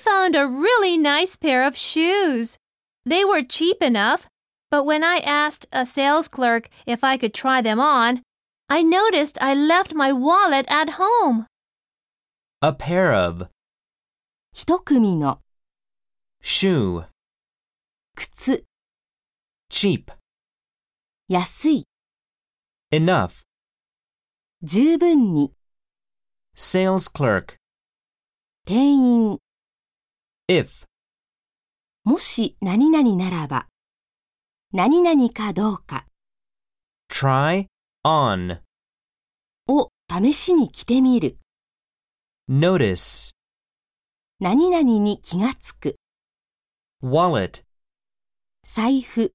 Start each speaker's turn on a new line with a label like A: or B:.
A: found a really nice pair of shoes. They were cheap enough, but when I asked a sales clerk if I could try them on, I noticed I left my wallet at home.
B: A pair of.
C: 一組の
B: Shoe.
C: 靴
B: Cheap.
C: 安い
B: Enough.
C: 十分に
B: Sales clerk.
C: 店員
B: If.
C: もし何々ならば何々かどうか
B: Try. On.
C: を試しに着てみる
B: Notice.
C: 何々に気がつく
B: Wallet.
C: 財布